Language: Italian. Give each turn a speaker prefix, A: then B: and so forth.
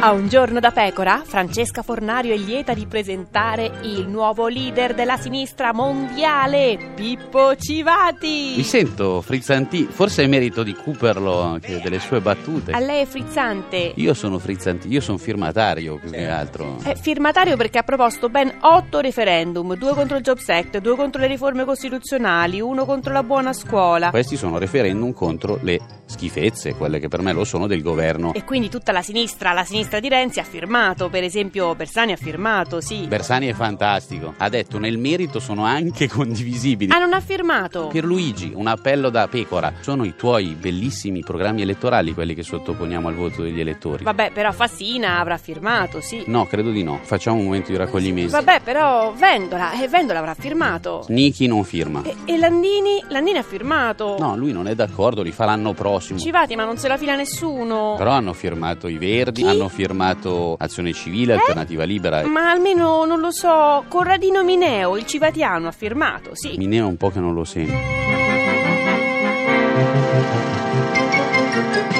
A: A un giorno da pecora, Francesca Fornario è lieta di presentare il nuovo leader della sinistra mondiale, Pippo
B: Mi
A: Civati.
B: sento frizzanti, forse è merito di Cooperlo anche delle sue
A: A
B: battute.
A: lei è frizzante.
B: Io sono frizzanti, io sono firmatario più che altro.
A: È firmatario perché ha proposto ben otto referendum, due contro il Jobs Act, due contro le riforme costituzionali, uno contro la buona scuola.
B: Questi sono referendum contro le schifezze, quelle che per me lo sono del governo.
A: E quindi tutta la sinistra, la sinistra di Renzi ha firmato, per esempio Bersani ha firmato, sì.
B: Bersani è fantastico, ha detto nel merito sono anche condivisibili.
A: Ah, non ha firmato?
B: Pierluigi, un appello da pecora. Sono i tuoi bellissimi programmi elettorali quelli che sottoponiamo al voto degli elettori.
A: Vabbè, però Fassina avrà firmato, sì.
B: No, credo di no. Facciamo un momento di raccoglimento.
A: Vabbè, però Vendola, eh, Vendola avrà firmato.
B: Niki non firma.
A: E, e Landini? Landini ha firmato.
B: No, lui non è d'accordo, li fa l'anno prossimo.
A: Civati, ma non se la fila nessuno.
B: Però hanno firmato i Verdi,
A: Chi?
B: hanno firmato Azione Civile, Alternativa Libera.
A: Ma almeno, non lo so, Corradino Mineo, il civatiano, ha firmato, sì.
B: Mi ne è un po' che non lo sento.